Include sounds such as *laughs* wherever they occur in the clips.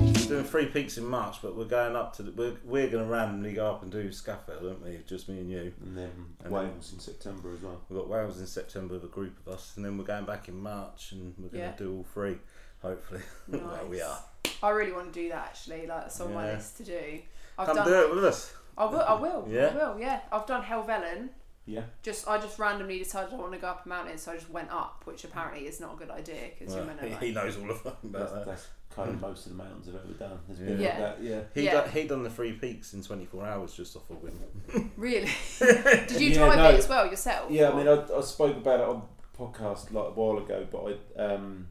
normally peaks in March, but we're going up to the, we're we're going to randomly go up and do Scafell, aren't we? Just me and you. And then And Wales in September as well. We've got Wales in September with a group of us, and then we're going back in March, and we're going to Yeah. do all three, hopefully. *laughs* well, we Nice. are. I really want to do that actually. Like that's on my Yeah. list to do. I've Come done. do it with us. I will. I will. Yeah. I will. Yeah. I've done Helvellyn. Yeah. Just I just randomly decided I want to go up a mountain, so I just went up, which apparently is not a good idea because Well, *laughs* you're gonna he, like, he knows all of them uh, That's, about that. that's kind of most of the mountains I've ever done. Has been Yeah. like that. Yeah. He Yeah. done, he done the three peaks in 24 hours just off a whim. *laughs* Really? Did you Yeah, drive no. it as well yourself? Yeah, I mean, or- I, I spoke about it on podcast like a while ago, but I, um,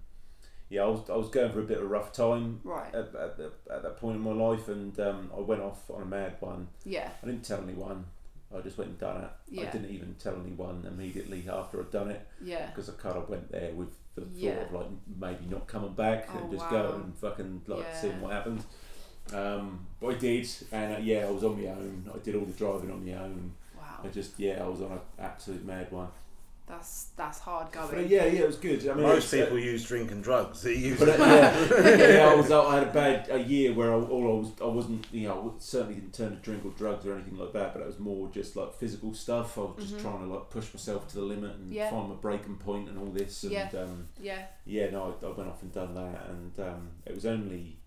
yeah, I was, I was going for a bit of a rough time right. at, at, the, at that point in my life, and um, I went off on a mad one. Yeah. I didn't tell anyone. I just went and done it. I Yeah. didn't even tell anyone immediately after I'd done it Yeah. because I kind of went there with the thought Yeah. of like maybe not coming back Oh, and just wow. going and fucking like seeing Yeah. what happens. Um, but I did, and uh, yeah, I was on my own. I did all the driving on my own. I Wow. just yeah, I was on an absolute mad one. That's that's hard But going. yeah, yeah, it was good. I mean, Most it's, uh, people use drink and drugs. He used But *laughs* uh, yeah, yeah, I was. I had a bad a year where I, all I was, I wasn't. You know, I certainly didn't turn to drink or drugs or anything like that. But it was more just like physical stuff. I was just Mhm. trying to like push myself to the limit and Yeah. find my breaking point and all this. And Yeah. um, Yeah. yeah, no, I, I went off and done that, and um, it was only,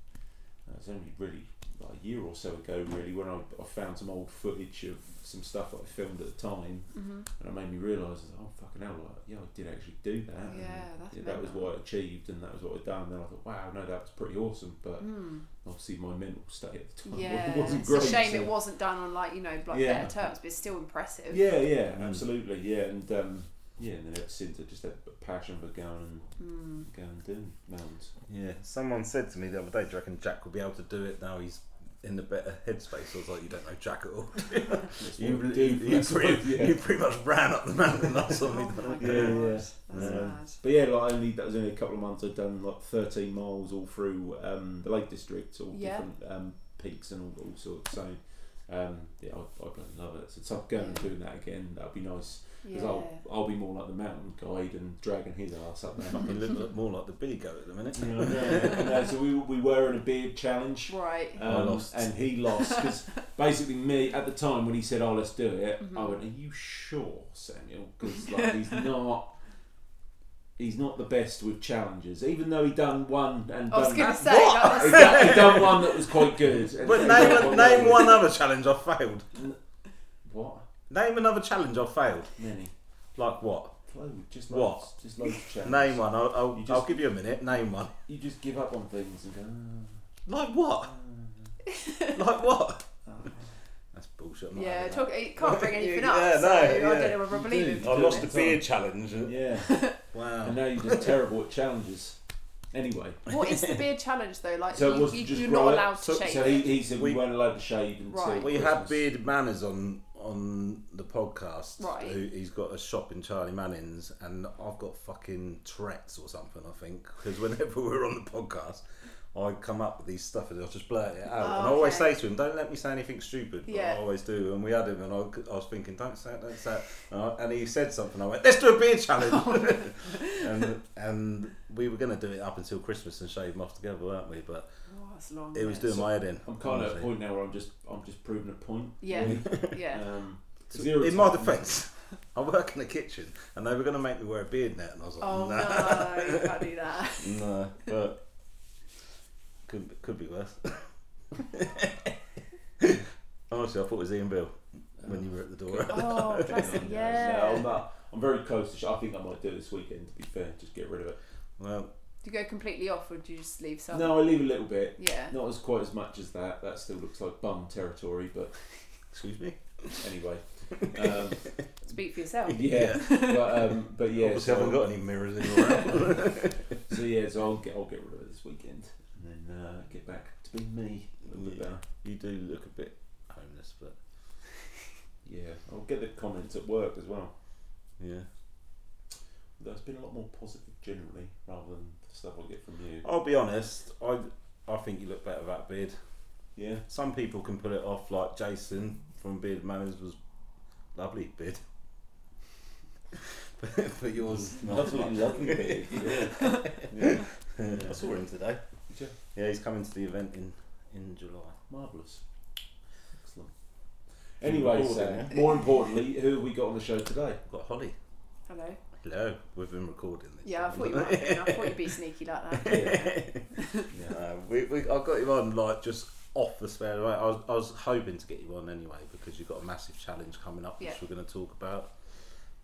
it was only really like a year or so ago, really, when I, I found some old footage of some stuff that I filmed at the time, hmm and it made me realise, oh fucking hell, like, yeah, I did actually do that. and Yeah. That's yeah, that was mental. what I achieved and that was what I'd done. And I thought, wow, no, that was pretty awesome. But *laughs* Mm. obviously, my mental state at the time *laughs* Yeah. wasn't it's great. a shame so- it wasn't done on like you know like Yeah. better terms, but it's still impressive. Yeah, yeah, Mm. absolutely. Yeah, and um, yeah, and then ever since I just had a passion for going Mm. and going and doing mountains. Yeah, someone said to me the other day, do you reckon Jack will be able to do it now he's in the better headspace? I was like, you don't know Jack at all. That's You, what I you, do you, for that sort of- pretty, yeah. *laughs* you pretty much ran up the mountain last Oh time. my we done god. it. Yeah, yeah. That's Yeah. mad. But yeah, like only that was only a couple of months. I'd done like thirteen miles all through um, the Lake District, all Yeah. different um, peaks and all, all sorts. So um, yeah, I, I bloody love it. So it's up going and Yeah. doing that again. That'd be nice because Yeah. I'll I'll be more like the mountain guide and dragging his ass up *laughs* there. You look like- more like the Beego at the minute. You know, yeah. No, so we we were in a beard challenge. Right. Um, I lost. and he lost *laughs* because basically me at the time when he said, "Oh, let's do it," I Mhm. went, "Are you sure, Samuel? Because like *laughs* he's not." He's not the best with challenges, even though he done one and I was done, gonna say What? that he was done, he done one that was *laughs* quite good. *laughs* and But he done name, one that name was- one other challenge I failed. What? Name another challenge I failed. Many. Like what? Loads, just What? loads, just *laughs* loads of challenges. Name one. I'll, I'll, You I'll just- give you a minute. Name one. *laughs* You just give up on things and go. Like what? *laughs* "Ah, Like what? ah, ah." That's bullshit. I'm not *laughs* Yeah, having talk, it can't bring anything Yeah, up. yeah, so no, I yeah. don't know whether I believe do. him. that. I lost the Next time. beer challenge. *laughs* "Oh, Yeah, and Wow. now you're just terrible at challenges. Anyway, What is the beard challenge though? Like So it you, wasn't you, just you're not right- allowed to so- shave. So he, he said we, We- weren't allowed to shave until Right. We Christmas. had Bearded Manners on on the podcast. Right. Who, he's got a shop in Charlie Manning's, and I've got fucking Tourette's or something, I think, because whenever *laughs* we're on the podcast, I come up with these stuff and I'll just blurt it out. Oh, and I always okay. say to him, don't let me say anything stupid. But Yeah. I always do. And we had him, and I, I was thinking, don't say it, don't say it. And, I, and he said something. I went, let's do a beard *laughs* challenge. Oh. *laughs* and, and we were going to do it up until Christmas and shave them off together, weren't we? But Oh, that's long. it was yeah. doing my head in. I'm kind of at a honestly. point now where I'm just I'm just proving a point. Yeah, really. yeah. Um, So, Zero in my tolerance. defence, *laughs* I work in the kitchen and they were going to make me wear a beard net, and I was like, *laughs* Oh no, nah. I can't do that. *laughs* no, but could be, could be worse. *laughs* Honestly, I thought it was Ian Bill when you were at the door. Oh, bless it, No, I'm, yeah. not, I'm very close. To sh- I think I might do it this weekend. To be fair, just get rid of it. *laughs* Well, Do you go completely off, or do you just leave some? No, I leave a little bit. Yeah. Not as quite as much as that. That still looks like bum territory. *laughs* But excuse me. anyway, um, Speak for yourself. yeah. But um, *laughs* but yeah. Obviously, I haven't got any *laughs* mirrors in your room. *laughs* so yeah, so I'll get I'll get rid of it this weekend and then uh, get back to being me uh, a little bit Yeah. better. you do look a bit homeless, but Yeah, I'll get the comments at work as well. yeah. There's been a lot more positive generally, rather than the stuff I get from you. I'll be honest. I I think you look better without a beard. Yeah, Some people can pull it off, like Jason from Beard Manners was lovely beard. but, *laughs* but yours, not lovely, *laughs* lovely *laughs* beard. Yeah. yeah. I saw him today. Did you? Yeah, he's coming to the event in in July. Marvellous. Excellent. Keep Anyway, recording, so, yeah? more importantly, who have we got on the *laughs* show today? I've got Holly. Hello. Hello. We've been recording this. Yeah, I thought you might. Have been. I thought you'd be sneaky *laughs* like that. Yeah. Uh, we, we, I got you on like just off the spare. Right? I was, I was hoping to get you on anyway because you've got a massive challenge coming up, which Yeah. we're going to talk about.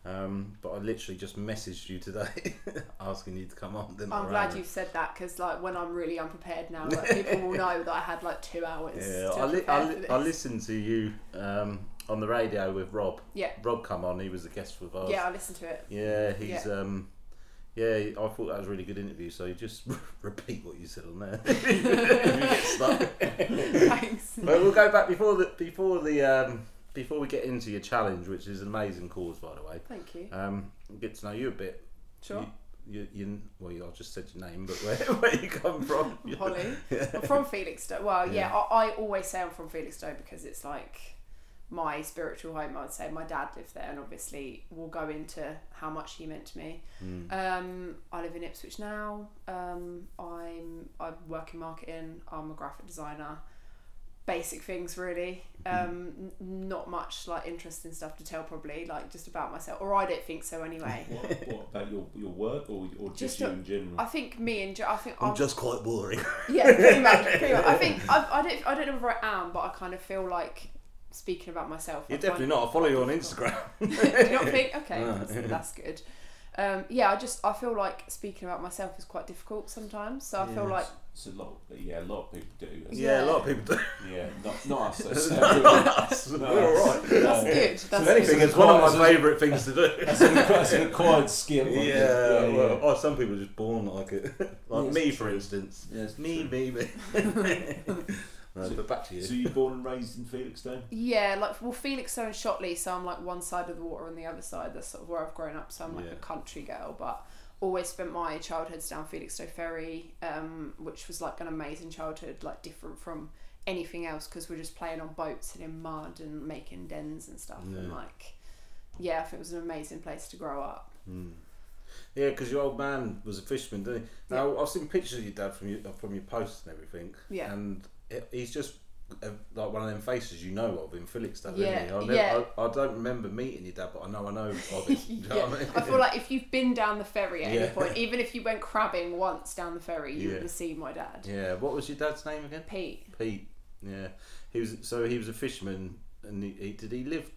Um, but I literally just messaged you today *laughs* asking you to come on. Didn't I'm I, glad Ryan? you've said that because, like, when I'm really unprepared now, like, people *laughs* will know that I had like two hours. Yeah, to I, li- prepare I, for li- this. I listened to you um, on the radio with Rob. Yeah. Rob come on. He was a guest with us. Yeah, I listened to it. Yeah, he's um yeah, I thought that was a really good interview, so just *laughs* repeat what you said on *laughs* there. *laughs* If you get stuck. Thanks. But we'll go back before the before the um before we get into your challenge, which is an amazing cause by the way. *laughs* Thank you. Um get to know you a bit. Sure. You, you, you well I just said your name, but where *laughs* where you come from. *laughs* Holly. I'm from Felixstowe. Well, yeah, Yeah. I, I always say I'm from Felixstowe because it's like my spiritual home. I'd say my dad lived there, and obviously we'll go into how much he meant to me. Hmm. Um, I live in Ipswich now. Um, I'm I work in marketing. I'm a graphic designer. Basic things really. Hmm. Um, n- not much like interesting stuff to tell probably like just about myself, or I don't think so *laughs* anyway. What, what about your, your work or, or just, Just you a- in general? I think me and jo- I think I'm, just quite *laughs* boring. yeah, *laughs* pretty much. Pretty much. I think I, I don't. I don't know whether I am, but I kind of feel like speaking about myself. You're I definitely find- not. I follow you on Instagram. *laughs* Do you not think? *laughs* Okay, No. that's, that's good. Um, yeah, I just I feel like speaking about myself is quite difficult sometimes. So I feel Yes. *laughs* like It's a lot. Yeah, a lot of people do. isn't it? Yeah, a lot of people do. Yeah, not, not *laughs* us. That's, Not us. We're all right. that's good. That's If good. anything, it's one of my favourite things to do. *laughs* *laughs* That's an, that's an acquired skill. Yeah, isn't it? well, oh, some people are just born like it. *laughs* like Yeah, me, it's for true. instance. Yeah, it's Me, true. me, me. *laughs* no, but back to you. So you born and raised in Felixstowe? Yeah, like well, Felixstowe and Shotley, so I'm like one side of the water and the other side. That's sort of where I've grown up. So I'm like Yeah. a country girl, but always spent my childhoods down Felixstowe Ferry, um, which was like an amazing childhood, like different from anything else because we're just playing on boats and in mud and making dens and stuff. And Yeah. like, yeah, I think it was an amazing place to grow up. Hmm. Yeah, because your old man was a fisherman, didn't he? Now I've seen pictures of your dad from your uh, from your posts and everything. Yeah. and it, he's just uh, like one of them faces you know of in Felixstowe, Yeah, isn't he? I, never, yeah. I, I don't remember meeting your dad, but I know I know *laughs* of him. Do *laughs* you know Yeah. what I mean? I feel like if you've been down the ferry at any Yeah. point, even if you went crabbing once down the ferry, you Yeah. would have seen my dad, *laughs* yeah. What was your dad's name again? Pete. Pete. Yeah, he was. So he was a fisherman, and he, he did he live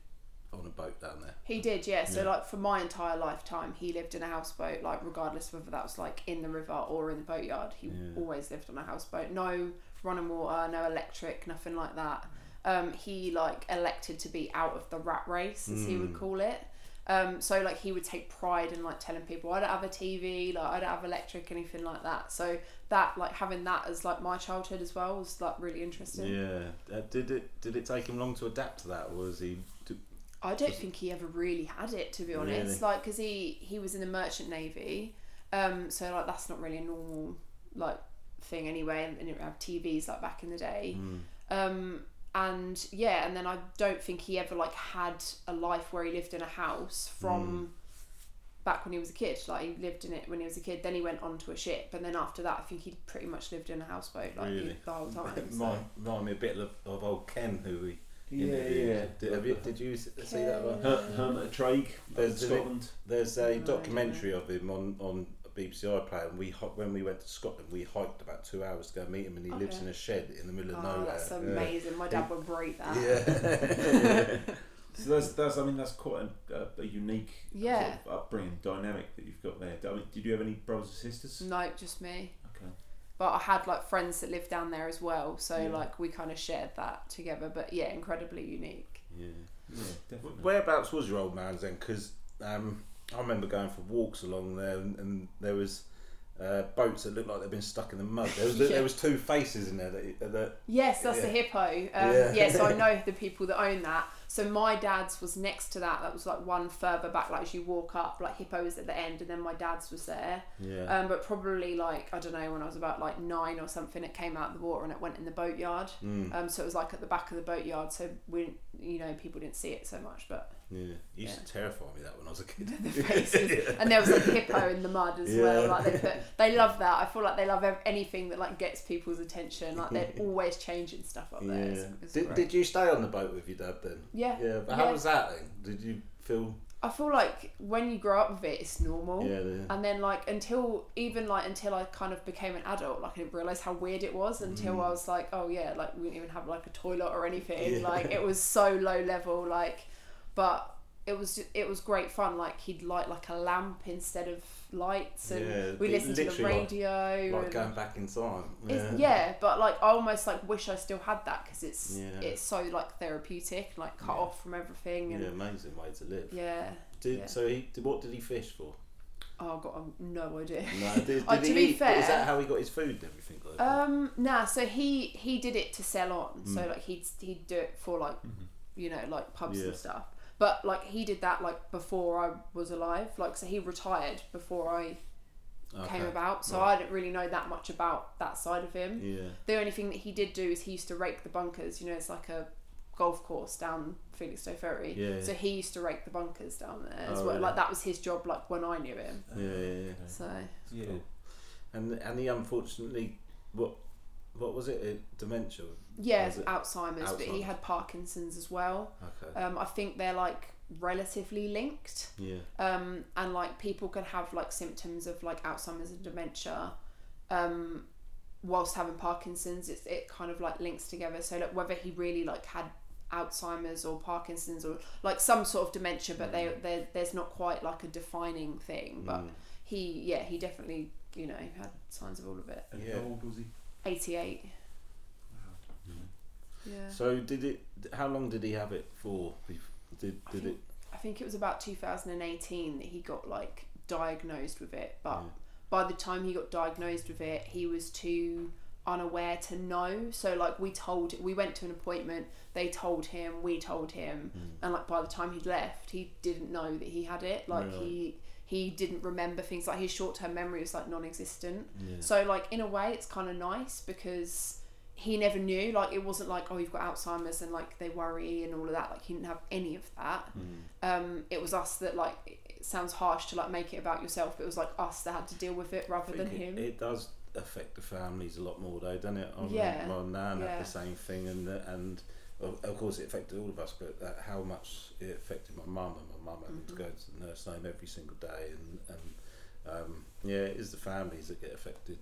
on a boat down there? He did, yeah. So Yeah. like for my entire lifetime, he lived in a houseboat. Like regardless of whether that was like in the river or in the boatyard, he Yeah. always lived on a houseboat. No running water, no electric, nothing like that. Um, he like elected to be out of the rat race, as he would Hmm. call it. Um, so like he would take pride in like telling people, I don't have a TV, like I don't have electric, anything like that. So that like having that as like my childhood as well was like really interesting. Yeah. Uh, did it did it take him long to adapt to that, or was he? d- I don't think he ever really had it to be honest. Really? Like, cause he he was in the merchant navy, um, so like that's not really a normal like thing anyway, and, and didn't have TVs like back in the day. Mm. Um, and yeah, and then I don't think he ever like had a life where he lived in a house from Mm. back when he was a kid. Like he lived in it when he was a kid. Then he went onto a ship, and then after that, I think he pretty much lived in a houseboat like Really? *laughs* the whole time. so. Remind, remind me a bit of, of old Ken who we Yeah, interviewed. yeah. Did, have you, did you s- see that Ken. one? Her, Hermit Traig, There's the- Scotland. There's a No, documentary of him on on BBC iPlayer, and we hi- when we went to Scotland, we hiked about two hours to go meet him, and he lives Okay. in a shed in the middle of Oh, nowhere. that's amazing. My dad would rate that. Yeah. So that's, that's I mean that's quite a, a, a unique Yeah. sort of upbringing dynamic that you've got there. I mean, did you have any brothers or sisters? No, just me. Okay. But I had like friends that lived down there as well, so Yeah. like we kind of shared that together. But yeah, incredibly unique. *laughs* yeah. Mm. Yeah, definitely. Whereabouts was your old man's then? Because um, I remember going for walks along there, and, and there was uh, boats that looked like they'd been stuck in the mud. There was *laughs* Yeah. there was two faces in there that, that Yes, that's the Yeah. hippo. Um, Yeah. yeah. so I know the people that own that. So my dad's was next to that. That was like one further back. Like as you walk up, like hippo was at the end, and then my dad's was there. yeah. Um, but probably like I don't know when I was about like nine or something, it came out of the water and it went in the Hmm. uh, boatyard. Um, so it was like at the back of the boatyard, so we, didn't- you know, people didn't see it so much. But Yeah, it used to terrify me that when I was a kid. *laughs* *laughs* The faces. And there was like a hippo in the mud as well. Yeah. Like they put, they love that. I feel like they love ev- anything that like gets people's attention. Like *laughs* they're always changing stuff up there. It's, Yeah. it's Did, great. did you stay on the boat with your dad then? yeah. Yeah, but how Yeah. was that then? Did you feel? I feel like when you grow up with it, it's normal. Yeah, the, And then like until even like until I kind of became an adult, like I didn't realize how weird it was until Mm. I was like, oh yeah, like we didn't even have like a toilet or anything. Yeah. Like it was so low level. Like, but it was it was great fun. Like he'd light like a lamp instead of lights, and Yeah, we li- listened to the literally like- radio. like um, and- going back in time. it's, yeah, but like I almost like wish I still had that because it's Yeah. it's so like therapeutic, like cut Yeah. off from everything Yeah, and amazing way to live. yeah. Did yeah. so? He did, what did he fish *laughs* for? Oh god, I've no idea. No, did, did Uh, he to be eat- but is fair- that how he got his food and everything? Like, that? Um, nah. So he he did it to sell on. So Mm. Mm-hmm. like he'd he'd do it for like you know like pubs Yeah. and stuff. But like he did that like before I was alive. Like so he retired before I Okay. uh, came about. So right. I didn't really know that much about that side of him. Yeah, The only thing that he did do is he used to rake the bunkers. You know, it's like a golf course down Felixstowe Ferry. Yeah. So he used to rake the bunkers down there as Oh, well. really? Like that was his job. Like when I knew him. yeah, yeah. yeah. So Yeah. Cool. And and he unfortunately, what what was it? Uh, dementia. yeah, Was it Alzheimer's, but he Alzheimer's? had Parkinson's as well. Okay. Um, I think they're like relatively linked, Yeah. um, and like people can have like symptoms of like Alzheimer's and dementia, um, whilst having Parkinson's. It's it kind of like links together. So like whether he really like had Alzheimer's or Parkinson's or like some sort of dementia, but they they there's not quite like a defining thing. But uh, Mm. he yeah he definitely you know had signs of all of it. And Yeah. how *laughs* old was he? Eighty eight. Wow. Yeah. So did it? How long did he have it for? bef- Did I did think- it? I think it was about 2018 that he got like diagnosed with it. But Yeah. by the time he got diagnosed with it, he was too unaware to know. So like we told, we went to an appointment. They told him, we told him, Mm. and like by the time he'd left, he didn't know that he had it. Like Really? he he didn't remember things. Like his short term memory was like non-existent. Yeah. So like in a way, it's kind of nice because he never knew. Like it wasn't like oh you've got Alzheimer's and like they worry and all of that. Like he didn't have any of that. mm. Um, it was us that like it sounds harsh to like make it about yourself, but it was like us that had to deal with it rather I than think him. It, it does affect the families a lot more, though, doesn't it? I remember Yeah. My nan Yeah. had the same thing, and the, and of of course it affected all of us. But that, how much it affected my mum, and my mum having to Mm-hmm. go to the nurse home every single day, and and um, yeah, it is the families that get affected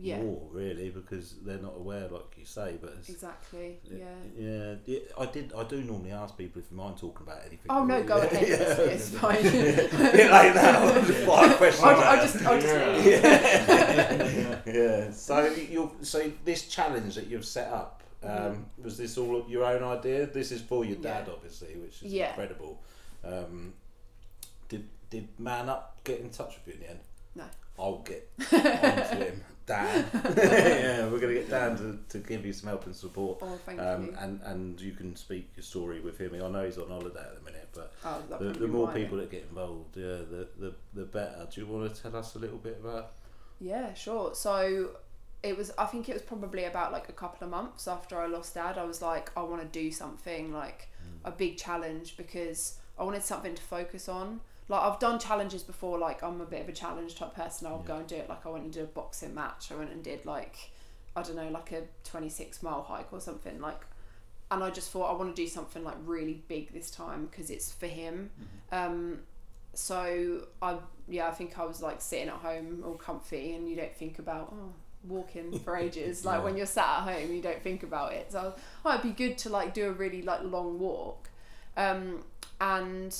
yeah, more really because they're not aware, like you say. But it's, exactly. Yeah. yeah, yeah, I did. I do normally ask people if you mind talking about anything. Oh no, *laughs* go ahead. It's, it's fine. Yeah, like that. *laughs* Five questions. I'll, about I'll just, I'll just Yeah. leave. *laughs* *laughs* yeah. yeah. So you so this challenge that you've set up um, was this all your own idea? This is for your dad, Mm-hmm. Yeah. obviously, which is Yeah. incredible. Um, did did man up get in touch with you in the end? No. I'll *laughs* get onto him, Dan. yeah, we're gonna get Dan to, to give you some help and support. Oh, thank Um, you. and and you can speak your story with him. I know he's on holiday at the minute, but Oh, that the, would the be more mine. people that get involved, yeah, the, the the better. Do you want to tell us a little bit about? Yeah, sure. So it was I think it was probably about like a couple of months after I lost dad. I was like I want to do something like Mm. a big challenge because I wanted something to focus on. Like I've done challenges before like I'm a bit of a challenge type person. I'll go and do it like I went and did a boxing match. I went and did like I don't know like a 26 mile hike or something like and I just thought I want to do something like really big this time because it's for him. Um, so I yeah I think I was like sitting at home all comfy and you don't think about oh, walking for ages like when you're sat at home you don't think about it so I was, oh, it'd be good to like do a really like long walk um, and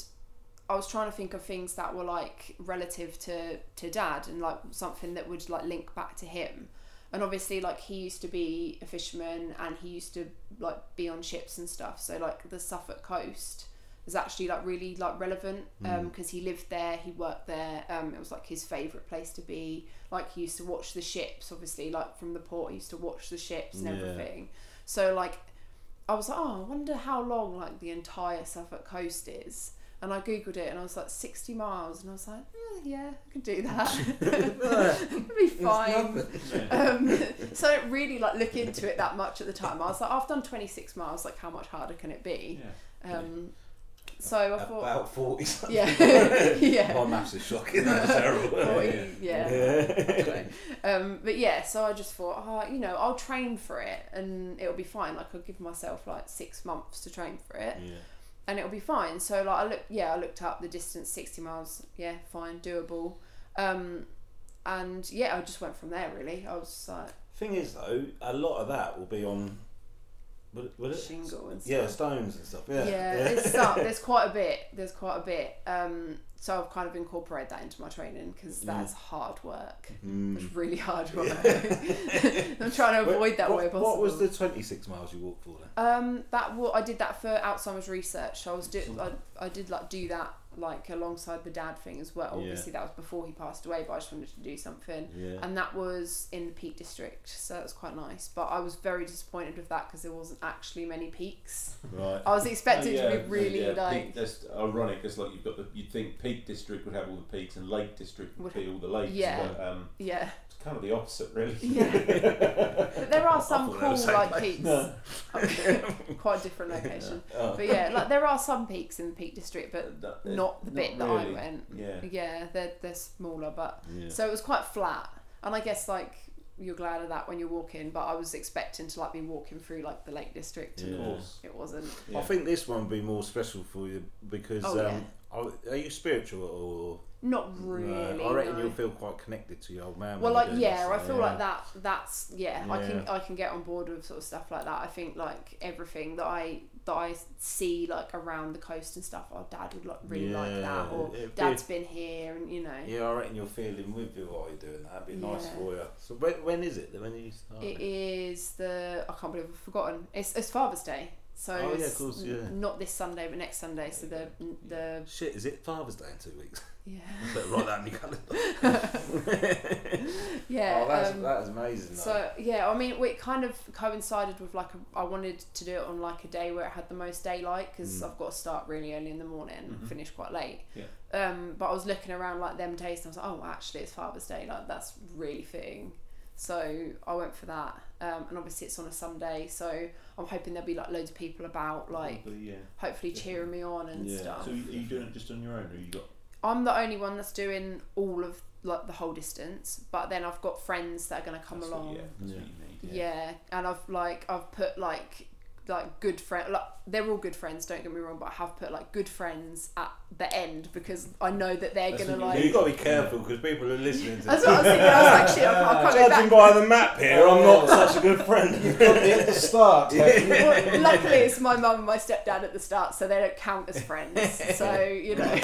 I was trying to think of things that were like relative to to dad and like something that would like link back to him and obviously like he used to be a fisherman and he used to like be on ships and stuff so like the Suffolk coast is actually like really like relevant because he lived there he worked there um, it was like his favorite place to be like he used to watch the ships obviously like from the port he used to watch the ships and Yeah. everything so like I was like oh I wonder how long like the entire Suffolk coast is and I googled it and I was like 60 miles and I was like "Eh, yeah I could do that *laughs* it'd be fine *laughs* um, so I didn't really like look into it that much at the time. I was like, I've done 26 miles. Like, how much harder can it be? Yeah. Um, So I thought, About 40 something. *laughs* yeah, *laughs* yeah. My maths is shocking. That was *laughs* terrible. Forty, yeah. *laughs* Yeah. Okay. Um, but yeah, so I just thought, oh, you know, I'll train for it and it'll be fine. Like I'll give myself like six months to train for it Yeah. and it'll be fine. So like I look, yeah, I looked up the distance, sixty miles. Yeah, fine, doable. Um, and yeah, I just went from there. Really, I was just like Thing is, though, a lot of that will be on. Will it, will it? shingle and stuff. Yeah, stones and stuff. Yeah. yeah, *laughs* There's, some, there's quite a bit. There's quite a bit. Um, so I've kind of incorporated that into my training Mm. because that's hard work. It's really hard work. *laughs* *laughs* I'm trying to Wait, avoid that what, way possible. What was the 26 miles you walked for then? Um, that wa- I did that for Alzheimer's research. So I was do I, I did like do that like alongside the dad thing as well. Yeah. Obviously that was before he passed away, but I just wanted to do something. Yeah. And that was in the Peak District, so that was quite nice. But I was very disappointed with that because there wasn't actually many peaks. right. I was expecting Oh, yeah, to be really yeah, like peak, that's ironic because like you've got the you'd think Peak District would have all the peaks and Lake District would, Would- be all the lakes. yeah. But, um, yeah, it's kind of the opposite, really. *laughs* yeah. but there are some thought that cool was like like- peaks. *laughs* quite a different location. Oh. But yeah, like there are some peaks in the Peak District, but That- that- not the bit that I really. went. Yeah. Yeah, they're they're smaller, but Yeah. so it was quite flat. And I guess like you're glad of that when you're walking, but I was expecting to like be walking through like the Lake District, and Yeah. Of course. it wasn't. I Yeah. think this one would be more special for you because Oh, um, are, are you spiritual or Not No, really. I reckon no. you'll feel quite connected to your old man. well, when like you do yeah, this, I feel yeah. like that. That's yeah, I can Yeah. I can get on board with sort of stuff like that. I think like everything that I that I see like around the coast and stuff, our dad would like really like that, Yeah, or it'd be- dad's been here, and you know. Yeah, I reckon you're feeling with you while you're doing that. It'd be nice Yeah. for you. So when, when is it? that- When you start? It is the I can't believe I've forgotten. It's, it's Father's Day, so Oh, yeah, of it's course, n- yeah. not this Sunday, but next Sunday. So the the Shit, is it Father's Day in two weeks? *laughs* yeah *laughs* Better write that in your calendar. yeah. oh, that's, um, that's amazing. though. so yeah, I mean, it kind of coincided with like a, I wanted to do it on like a day where it had the most daylight because Mm. I've got to start really early in the morning Mm-hmm. and finish quite late. Yeah. Um, but I was looking around like them days and I was like, oh, actually, it's Father's Day. Like that's really fitting. So I went for that, um, and obviously it's on a Sunday, so I'm hoping there'll be like loads of people Oh, about, like Probably, yeah. hopefully cheering me on and Yeah. stuff. So are you, are you doing it just on your own, or you got? I'm the only one that's doing all of like the whole distance, but then I've got friends that are gonna come that's what- along. yeah, that's Yeah. what you yeah. need. Yeah. and I've like I've put like like good friend like they're all good friends. Don't get me wrong, but I have put like good friends at the end because I know that they're That's gonna what like. You've got to be careful because people are listening to *laughs* That's this. what I was thinking. I was like, shit, I *laughs* can't, I can't Judging go back. by the map here, I'm *laughs* not such a good friend. at the start. *laughs* *laughs* Well, luckily, it's my mum and my stepdad at the start, so they don't count as friends. *laughs* So you know,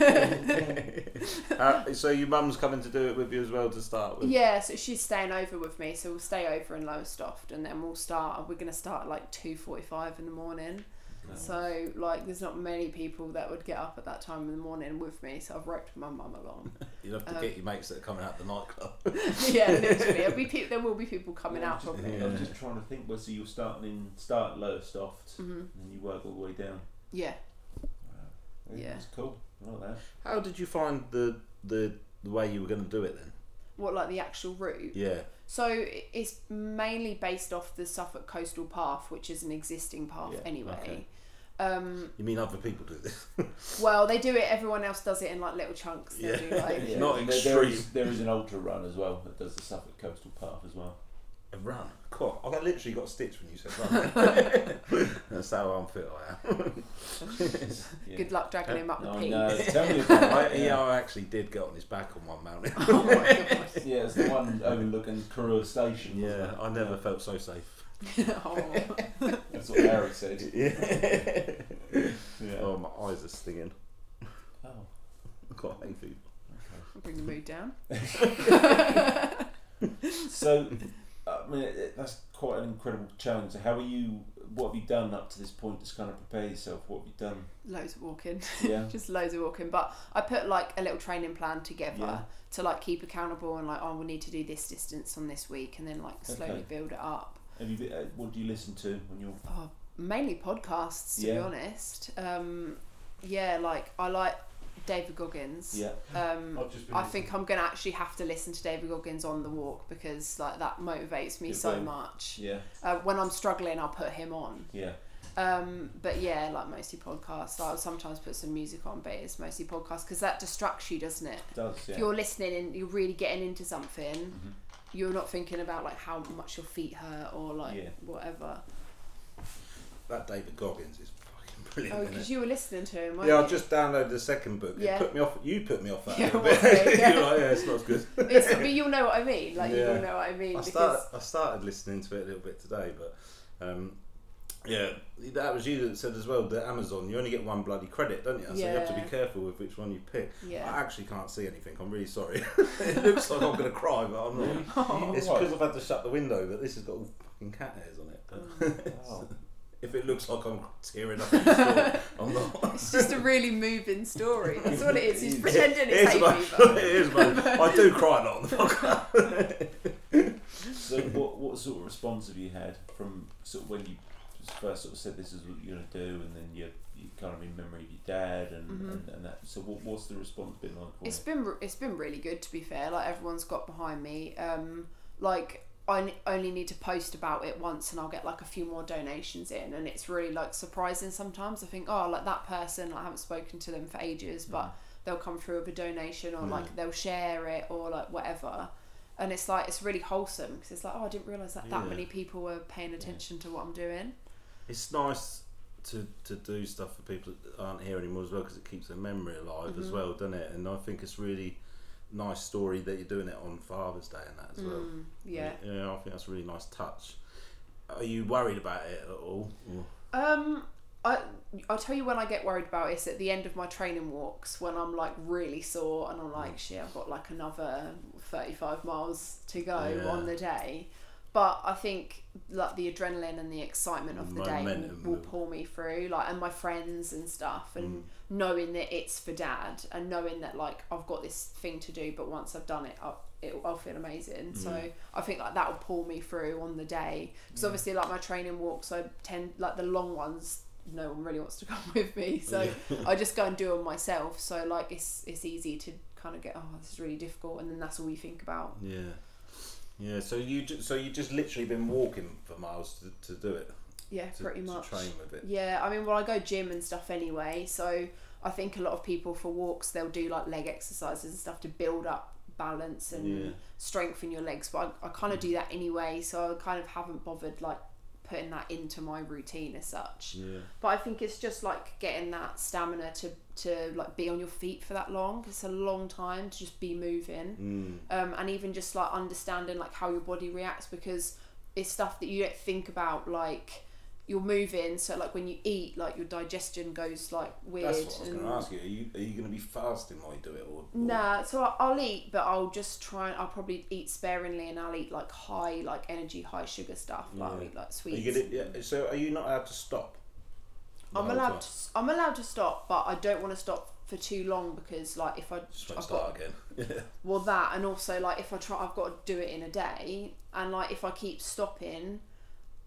*laughs* *laughs* Uh, so your mum's coming to do it with you as well to start with. yeah. So she's staying over with me, so we'll stay over in Lowestoft, and then we'll start. We're gonna start at like two forty-five in the morning. So like, there's not many people that would get up at that time in the morning with me. So I've roped my mum along. *laughs* You'll have to Um, get your mates that are coming out the nightclub. yeah, literally, there'll be people, there will be people coming out probably. I'm just trying to think. Well, so you're starting in start lowest oft, Mhm. and you work all the way down. Yeah. Wow. Yeah. That's cool. I like that. How did you find the the, the way you were going to do it then? What like the actual route? Yeah. So i- it's mainly based off the Suffolk Coastal Path, which is an existing path Yeah, anyway. Um, You mean other people do this? well, they do it. Everyone else does it in like little chunks. They Yeah. do *laughs* like Yeah. Not and there- There is, extreme. there is an ultra run as well that does the Suffolk Coastal Path as *laughs* well. A run. Cool. I got- literally got stitched when you said run. *laughs* That's how unfit I am. *laughs* Yeah. good luck dragging him up the No, peak. Oh, *laughs* no, tell *laughs* me about I, it. yeah. Yeah. I actually did get on his back on one mountain. Oh my yeah, it's the one overlooking Kurua Station. *laughs* wasn't yeah, it? I never felt so safe. god. *laughs* Oh. That's what Larry said. *laughs* Yeah. Yeah. Oh, my eyes are stinging. *laughs* Oh. I've got hay fever. Bring the mood down. *laughs* So, I mean, it- it- that's quite an incredible challenge. So How are you? What have you done up to this point? Just kind of prepare yourself. What have you done? Loads of walking. Yeah. *laughs* just loads of walking but i put like a little training plan together Yeah. to like keep accountable and like oh we need to do this distance on this week and then like slowly Okay. build it up Have you? uh, What do you listen to when you're? oh, mainly podcasts to be Yeah. honest um yeah like i like david goggins Yeah. um I've just I think I'm gonna actually have to listen to David Goggins on the walk because like that motivates me Good so one. much. Yeah. Uh, when I'm struggling, I'll put him on. Yeah. Um, but yeah, like mostly podcasts. I'll sometimes put some music on, but it's mostly podcasts because that distracts you, doesn't it? does yeah. If you're listening and you're really getting into something, Mm-hmm. Mhm. you're not thinking about like how much your feet hurt or like Yeah. whatever. That David Goggins is fucking Oh, brilliant. because isn't you were listening to him, it? weren't yeah, I you? just downloaded the second book. Yeah. It put me off. You put me off that Yeah, a little it bit. was me, *laughs* yeah. You're like, yeah, it's not as good. *laughs* It's, *laughs* but you'll know what I mean. Like Yeah. you'll know what I mean I because started, I started listening to it a little bit today, but um, yeah, that was you that said as well. The Amazon, you only get one bloody credit, don't you? So you have to Yeah. be careful with which one you pick. I yeah. actually can't see anything. I'm really sorry. *laughs* it looks like I'm going to cry, but I'm not. *laughs* Oh. It's because I've had to shut the window, but this has got all fucking cat hairs on it. *laughs* But Oh. if it looks like I'm tearing up, *laughs* in the store, I'm not. It's just a really moving story. That's all it *laughs* is. He's It pretending it's is, hay mate. fever. *laughs* It is, mate. I do cry a lot on *laughs* the podcast. So what what sort of response have you had from sort of when you first sort of said this is what you're gonna do, and then you you kind of in memory of your dad and, Mhm. and, and that. So what what's the response been like? for It's it? been it's been really good to be fair. Like everyone's got behind me. Um, like I n- only need to post about it once, and I'll get like a few more donations in, and it's really like surprising sometimes. I think oh like that person I haven't spoken to them for ages, Mm. but they'll come through with a donation or like they'll share it or like whatever. And it's like it's really wholesome because it's like oh I didn't realize that that Yeah. many people were paying attention to what I'm doing. it's nice to, to do stuff for people that aren't here anymore as well because it keeps their memory alive as Mm-hmm. well, doesn't it? And I think it's really nice story that you're doing it on Father's Day and that as well. Mm, yeah. yeah, I think that's a really nice touch. Are you worried about it at all? Or- Um, I I'll tell you when I get worried about it, it's at the end of my training walks when I'm like really sore and I'm like shit I've got like another thirty five miles to go Yeah. on the day. But I think like the adrenaline and the excitement of the day Momentum will, will will- pull me through, like and my friends and stuff, and Mm. knowing that it's for dad and knowing that like I've got this thing to do, but once I've done it, I'll, it, I'll feel amazing. Mm. So I think like that will pull me through on the day because Mm. obviously like my training walks, I tend like the long ones. No one really wants to *laughs* come with me, so I just go and do them myself. So like it's it's easy to kind of get oh this is really difficult, and then that's all you think about. Yeah. Yeah, so you ju- so you just literally been walking for miles to, to do it, Yeah, to, pretty to much. train with it. Yeah, I mean, well, I go gym and stuff anyway, so I think a lot of people for walks they'll do like leg exercises and stuff to build up balance and Yeah. strengthen your legs. But I, I kind of do that anyway, so I kind of haven't bothered like putting that into my routine as such. Yeah, But I think it's just like getting that stamina to to like be on your feet for that long. It's a long time to just be moving mm. um, and even just like understanding like how your body reacts because it's stuff that you don't think about like you're moving so like when you eat like your digestion goes like weird that's what I was and going to ask you. Are you are you going to be fasting while you do it, or, or Nah, so I- I'll eat, but I'll just try and I'll probably eat sparingly, and I'll eat like high, like energy, high sugar stuff, like I'll Yeah. eat like Are sweets. you gonna, yeah, so are you not allowed to stop? the I'm whole allowed, time? to, s- I'm allowed to stop, but I don't want to stop for too long because like if I, Just I've won't got start again. Well, that and also like if I try, I've got to do it in a day, and like if I keep stopping,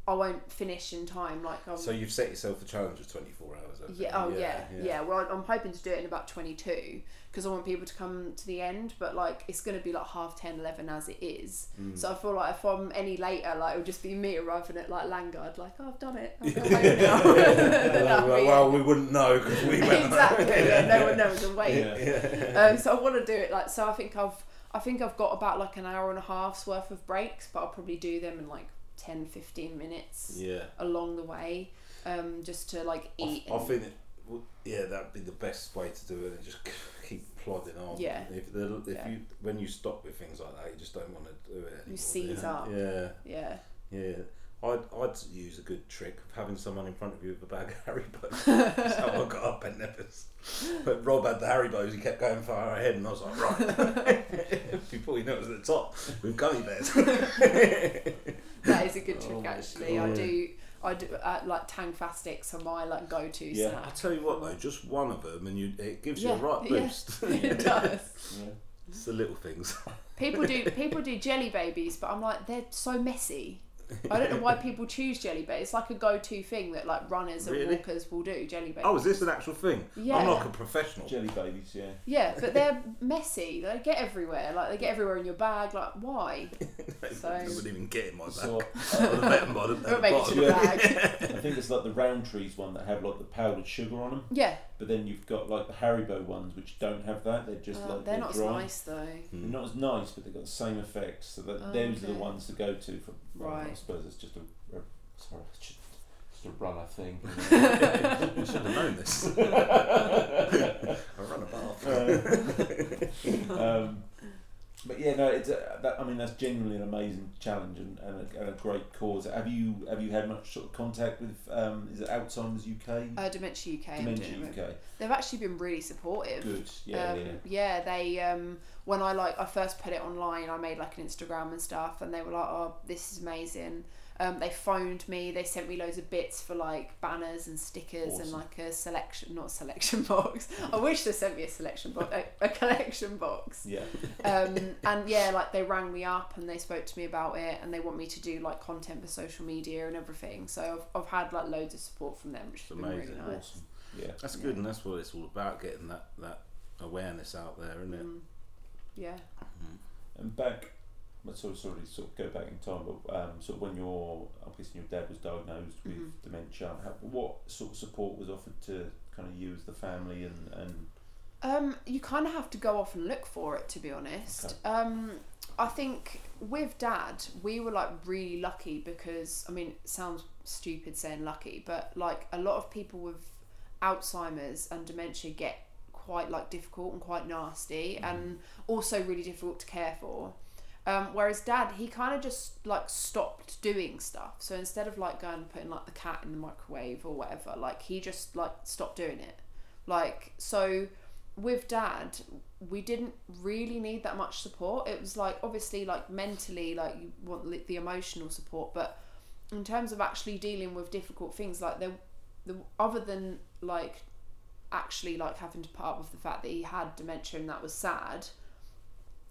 I won't finish in time. Like I'm, so you've set yourself a challenge of 24 hours. haven't yeah, you? oh yeah, *laughs* yeah. Well, I'm hoping to do it in about 22 because I want people to come to the end, but like it's gonna be like half 10, 11 as it is. Mm. So I feel like if I'm any later, like it'll just be me arriving at like Langard, like oh, I've done it. *laughs* I'm going *laughs* home now. That'll well, be well, it. we wouldn't know because we went. *laughs* exactly. yeah, no *laughs* one knows. I'm waiting. Yeah. um, so I want to do it like so. I think I've I think I've got about like an hour and a half's worth of breaks, but I'll probably do them in like 10, 15 minutes Yeah, along the way, um, just to like I, eat. I and- think. It, w- yeah, that'd be the best way to do it, and just keep plodding on. Yeah. If, the, if Yeah. you when you stop with things like that, you just don't want to do it anymore. seize yeah. up. Yeah, yeah, yeah. I'd, I'd use a good trick of having someone in front of you with a bag of *laughs* *laughs* Haribo. Someone got up and never. s- But Rob had the Haribos, he kept going far ahead, and I was like, right. *laughs* *laughs* Before you know it was at the top with gummy bears. *laughs* that is a *laughs* good Oh trick my actually. I God. do. I do uh, like Tang Fastics are my like go to Yeah. I *laughs* snack. *laughs* tell you what though, just one of them and you it gives you a Yeah, right yeah. boost. *laughs* it does. Yeah. it's the little things. People do people do jelly babies, but I'm like they're so messy. I don't *laughs* know why people choose jelly bait. It's like a go-to thing that like runners and Really? walkers will do. Jelly bait. Oh, is this an actual thing? Yeah. I'm like a professional. *laughs* Jelly babies, yeah. Yeah, but they're messy. They get everywhere. Like they get everywhere in your bag. Like *laughs* why? So- I wouldn't even get in my So bag. I would have bet them I'd have Don't had make a it bottle. to the Yeah. bag. I think it's like the round trees one that have like the powdered sugar on them, Yeah, but then you've got like the Haribo ones which don't have that. They're *laughs* just Uh, like they're not as dry. nice though. *laughs* *laughs* They're not as nice, but they've got the same effects. So that Oh, those are okay. the ones to go to for. well, I Right. suppose it's just a, a sorry, it's just, just a runner thing. I should have known *laughs* this. *laughs* I run a bath. *laughs* um, but yeah, no, it's a, that, I mean that's genuinely an amazing challenge and, and, a, and a great cause. Have you have you had much sort of contact with? Um, is it Alzheimer's UK? Uh, Dementia UK. I'm Dementia doing it. UK. They've actually been really supportive. Good. Yeah, um, yeah. yeah, they um, when I like I first put it online, I made like an Instagram and stuff, and they were like, "Oh, this is amazing." Um, they phoned me. They sent me loads of bits for like banners and stickers and Awesome. like a selection, not selection *laughs* box. I wish they sent me a selection box, a, a collection box. Yeah. um, and yeah, like they rang me up and they spoke to me about it and they want me to do like content for social media and everything. So I've, I've had like loads of support from them, which has been really Amazing. nice. Awesome. Yeah. That's good, and that's what it's all about getting that, that awareness out there, isn't it? Mm. Yeah. Mm. And back, well, sorry, sorry, sort of go back in time, but um, sort of when your, I'm guessing your dad was diagnosed with Mhm. dementia. How, what sort of support was offered to kind of you as the family and and Um, you kind of have to go off and look for it, to be honest. Um, I think with dad, we were like really lucky because I mean, it sounds stupid saying lucky, but like a lot of people with Alzheimer's and dementia get quite like difficult and quite nasty, and also really difficult to care for. Um, whereas dad, he kind of just like stopped doing stuff. So instead of like going and putting like the cat in the microwave or whatever, like he just like stopped doing it. Like so, with dad, we didn't really need that much support. It was like obviously like mentally, like you want li- the emotional support, but in terms of actually dealing with difficult things, like there, the other than like actually like having to put up with the fact that he had dementia and that was sad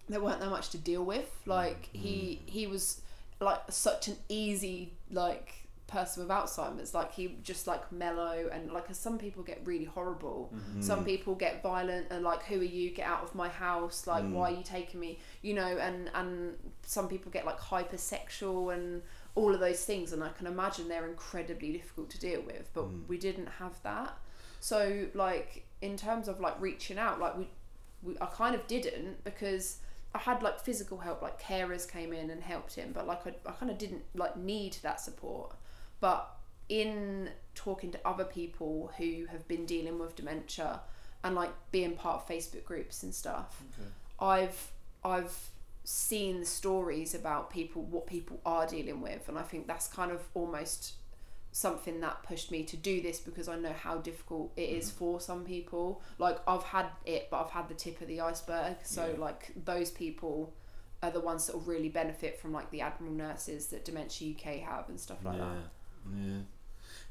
there weren't that much to deal with like he he was like such an easy like person with alzheimer's like he just like mellow and like 'cause some people get really horrible some people get violent and like who are you get out of my house like why are you taking me you know and and some people get like hypersexual and all of those things and i can imagine they're incredibly difficult to deal with but we didn't have that so like in terms of like reaching out like we, we i kind of didn't because i had like physical help like carers came in and helped him but like i, I kind of didn't like need that support but in talking to other people who have been dealing with dementia and like being part of facebook groups and stuff i've i've seen the stories about people what people are dealing with and i think that's kind of almost something that pushed me to do this because I know how difficult it is for some people. Like I've had it, but I've had the tip of the iceberg. So Yeah. like those people are the ones that will really benefit from like the admiral nurses that Dementia UK have and stuff like yeah, that. yeah.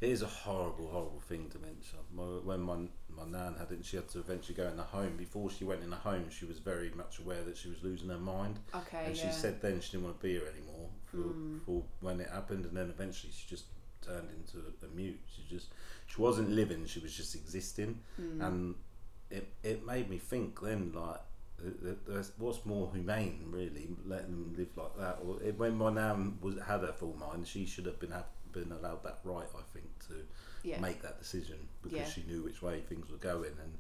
It is a horrible, horrible thing dementia. My, when my my nan had it, she had to eventually go in a home. Before she went in a home, she was very much aware that she was losing her mind, Okay. and Oh, yeah. Mm. she said then she didn't want to be here anymore for, for when it happened. And then eventually, she just turned into a, mute. She just she wasn't living; she was just existing, Mm. and it it made me think then like. th- th- there's- What's more humane, really, letting them live like that? Or it, when my nan was had her full mind, she should have been have been allowed that right, I think, to yeah. make that decision because Yeah. she knew which way things were going. And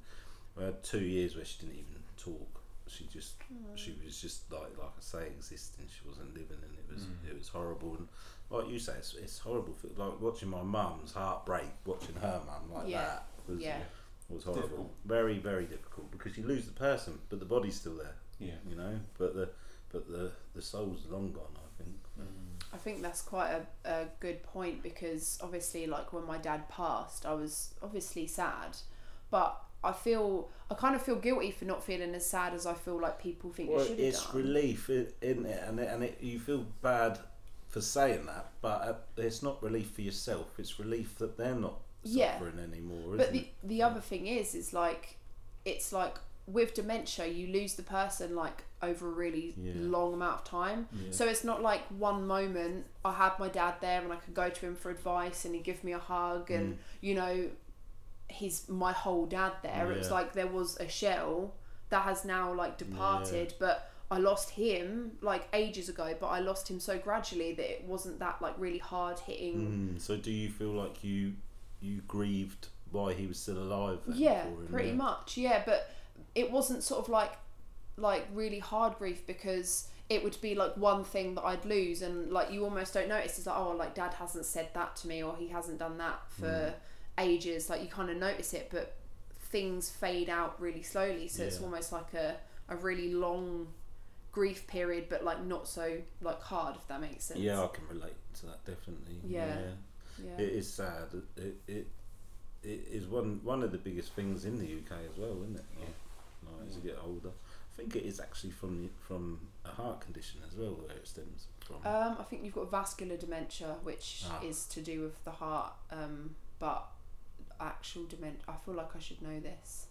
we had two years where she didn't even talk. She just Mm. she was just like like I say existing. She wasn't living, and it was it was horrible. And like you say, it's, it's horrible. For, like watching my mum's heartbreak, watching her mum like Yeah. that was Yeah. was horrible. Difficult. Very very difficult because you lose the person, but the body's still there. yeah. You know, but the but the the soul's long gone. I think. Mm. I think that's quite a, a good point because obviously, like when my dad passed, I was obviously sad, but I feel I kind of feel guilty for not feeling as sad as I feel like people think Well, you should have it's done. relief, i- isn't it? And it, and it, you feel bad for saying that, but uh, it's not relief for yourself. It's relief that they're not Yeah. suffering anymore, isn't But the, it? the other thing is, is like, it's like with dementia, you lose the person like over a really Yeah. long amount of time. Yeah. So it's not like one moment I had my dad there and I could go to him for advice and he'd give me a hug and Mm. you know he's my whole dad there. It was Yeah. like there was a shell that has now like departed but I lost him like ages ago but I lost him so gradually that it wasn't that like really hard hitting Mm, so do you feel like you you grieved why he was still alive? then yeah for him, pretty yeah? much yeah but it wasn't sort of like like really hard grief because it would be like one thing that I'd lose and like you almost don't notice it's like oh like dad hasn't said that to me or he hasn't done that for Mm. ages like you kind of notice it but things fade out really slowly so it's Yeah. almost like a a really long grief period but like not so like hard if that makes sense Yeah, I can relate to that definitely. Yeah. yeah It is sad. It, it it is one one of the biggest things in the UK as well, isn't it? Like, like, as you get older, I think it is actually from the, from a heart condition as well where it stems from. Um, I think you've got vascular dementia, which Ah. is to do with the heart, um, but actual dementia. I feel like I should know *laughs* this.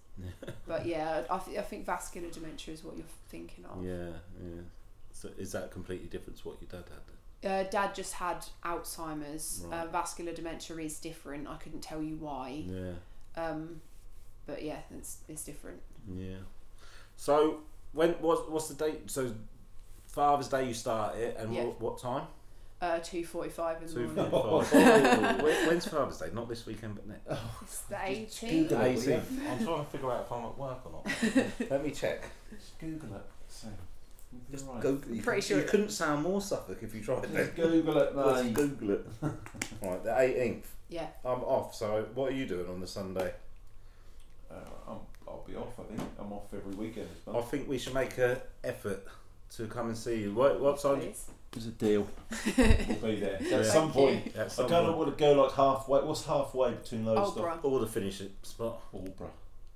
but yeah, I, th- I think vascular dementia is what you're thinking of. yeah, yeah. So is that completely different to what your dad had? then? Uh, Dad just had Alzheimer's. Uh, Right. vascular dementia is different. I couldn't tell you why. Yeah. Um, but yeah, it's, it's different. Yeah. So when what's what's the date? So Father's Day you start it, and Yeah. what, what time? Uh, 2.45 in the Two *laughs* morning. forty-five. When- When's Father's Day? Not this weekend, but next. *laughs* It's the Just 18th. Google it, will ya? I'm trying to figure out if I'm at work or not. *laughs* Let me check. Just Google it. So, you'll be Just alright. go. You, I'm pretty sure you it- couldn't sound more Suffolk if you tried. Just It. Google *laughs* it, Just mate. Google it. right, the eighteenth. Yeah. I'm off. So what are you doing on the Sunday? Uh, I'm, I'll be off. I think I'm off every weekend. As I think we should make a effort to come and see you. What what time? do you- Please. It's a deal. we'll be there at Yeah. some Thank you. point. At I some kind of point. want to go like halfway. What's halfway between those? Oh, stuff? bruh. All the finish spot. Albra.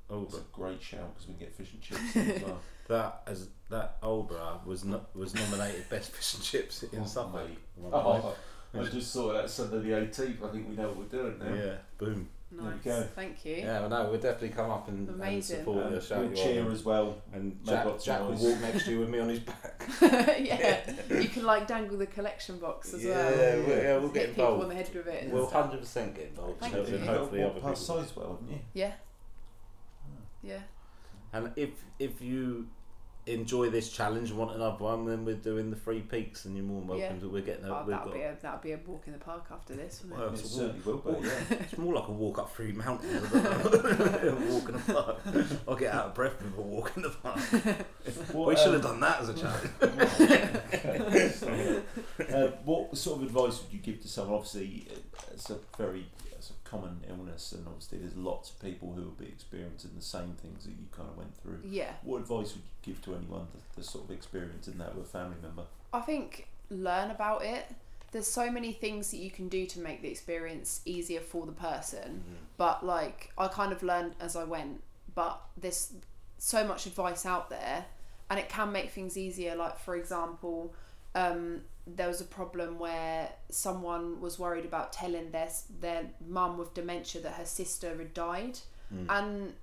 Oh, It's a great shout because we can get fish and chips there as well. That as that Olbra was no, was nominated best fish and chips in Oh, Suffolk. mate. Right. Oh, I just saw that Sunday the 18th. I think we know what we're doing now. Yeah, boom. There you Nice. go. Thank you. Yeah, well, no, we'll definitely come up and, and Amazing. support Um, you, Oh, shout we'll you cheer on. as well. And Make Jack, lots of Jack will noise. walk next to you with me on his back. *laughs* yeah, you can like dangle the collection box as yeah, well. we'll, yeah, we'll Hit get people on involved. the head with it. and We'll stuff. hundred percent get involved. Thank and you. Hopefully, You've other got people. past Sizewell, haven't you? Yeah, Ah. yeah. And if if you enjoy this challenge and want another one, then we're doing the three peaks, and you're more than welcome Yeah. to. We're getting a, Oh, we've that'll got be a that'll be a walk in the park after this, wouldn't it? Well, It it's a walk. certainly will be. walk. Yeah. It's more like a walk up three *laughs* mountains. *laughs* walking the park. I'll get out of breath with a walk in the park. *laughs* we um, should have done that as a challenge. um, *laughs* done. uh, what sort of advice would you give to someone? Obviously, it's a very it's a common illness, and obviously, there's lots of people who will be experiencing the same things that you kind of went through. Yeah, What advice would you give to anyone that, that's sort of experiencing that with a family member? I think learn about it. There's so many things that you can do to make the experience easier for the person, but like I kind of learned as I went. But there's so much advice out there, and it can make things easier. Like for example, um, there was a problem where someone was worried about telling their s- their mum with dementia that her sister had died, and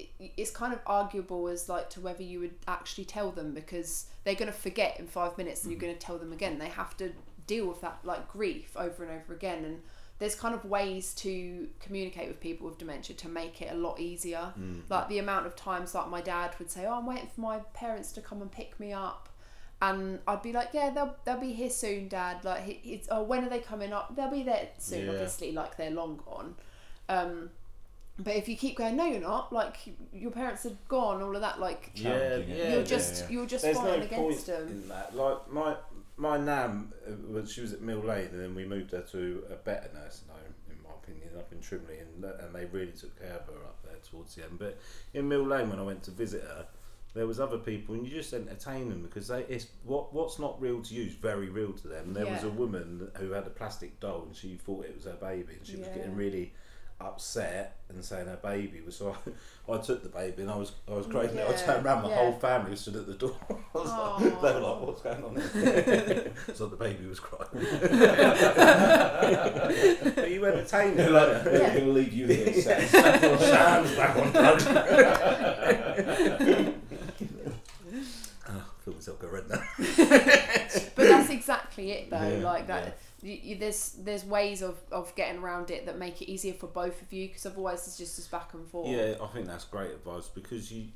i- it's kind of arguable as like to whether you would actually tell them because they're going to forget in five minutes and you're going to tell them again. They have to deal with that like grief over and over again and. There's kind of ways to communicate with people with dementia to make it a lot easier. Like the amount of times like my dad would say, "Oh, I'm waiting for my parents to come and pick me up," and I'd be like, "Yeah, they'll they'll be here soon, Dad. Like, he- it's oh, when are they coming up? They'll be there soon. Yeah. Obviously, like they're long gone." Um, but if you keep going, no, you're not. Like your parents are gone, all of that. Like Challenging it. you're yeah, just yeah. you're just There's fighting no point against them. in that. Like my my nan, uh, when she was at Mill Lane, and then we moved her to a better nursing home, in my opinion, up in Trimley, and tha- and they really took care of her up there towards the end. But in Mill Lane, when I went to visit her, there was other people, and you just entertain them because they it's what what's not real to you is very real to them. There was Yeah. a woman who had a plastic doll, and she thought it was her baby, and she was Yeah. getting really upset and saying her baby was so *laughs* I, I took the baby and I was I was crazy I Yeah, turned around my yeah. whole family was stood at the door *laughs* I was like, they were like what's going on here *laughs* so the baby was crying but you entertain They're it *laughs* like, *laughs* like they're *laughs* Yeah. going to leave you here, Sam. *laughs* Sam's back on drugs Ah, I feel like that you, you, there's there's ways of, of getting around it that make it easier for both of you because otherwise it's just this back and forth Yeah, I think that's great advice because you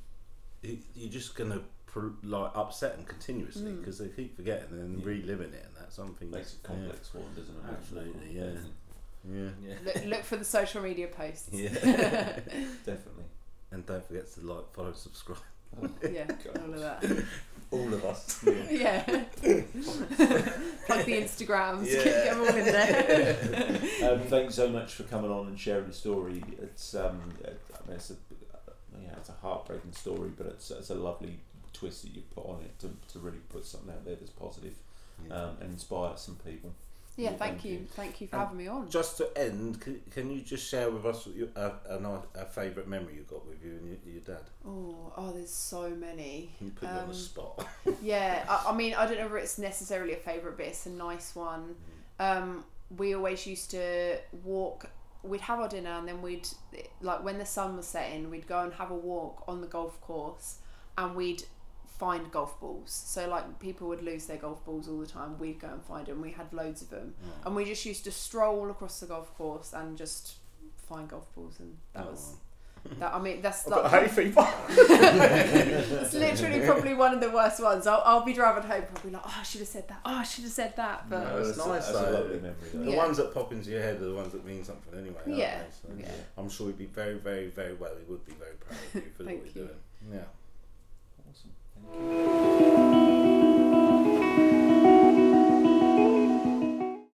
you- you're just gonna pr- like upset them continuously Mm. because they keep forgetting and Yeah. reliving it, and that's something. *laughs* Makes a complex one, doesn't it? Absolutely, yeah. Yeah, yeah, look, look for the social media posts Yeah. Definitely. and don't forget to like, follow, subscribe. *laughs* yeah *laughs* all of that *laughs* All of us. yeah plug the instagrams Yeah. get them all in *laughs* there um, thanks so much for coming on and sharing your story. It's um, I mean, it's a yeah, it's a heartbreaking story, but it's it's a lovely twist that you put on it to, to really put something out there that's positive um, and inspire some people. yeah Yeah, thank thank you you. thank you for Um, having me on Just to end, can, can you just share with us what your, a, a, nice- a favourite memory you got with you and your, your dad? oh oh there's so many He put you on Um, the *laughs* spot. yeah I, I mean i don't know if it's necessarily a favorite but it's a nice one um we always used to walk we'd have our dinner and then we'd like when the sun was setting we'd go and have a walk on the golf course and we'd find golf balls so like people would lose their golf balls all the time we'd go and find them we had loads of Mm. them and we just used to stroll across the golf course and just find golf balls and that was that i *laughs* mean that's like *laughs* it's literally probably one of the worst ones. I'll, I'll be driving home probably like, oh, I should have said that. Oh, I should have said that. But No, it's a- nice That's a though. lovely memory. Though. The Yeah. ones that pop into your head are the ones that mean something anyway. aren't Yeah. they? So Yeah. I'm sure he'd be very, *laughs* very, very well. He would be very proud of you for what Thank you're you. doing. Yeah. Awesome. Thank you.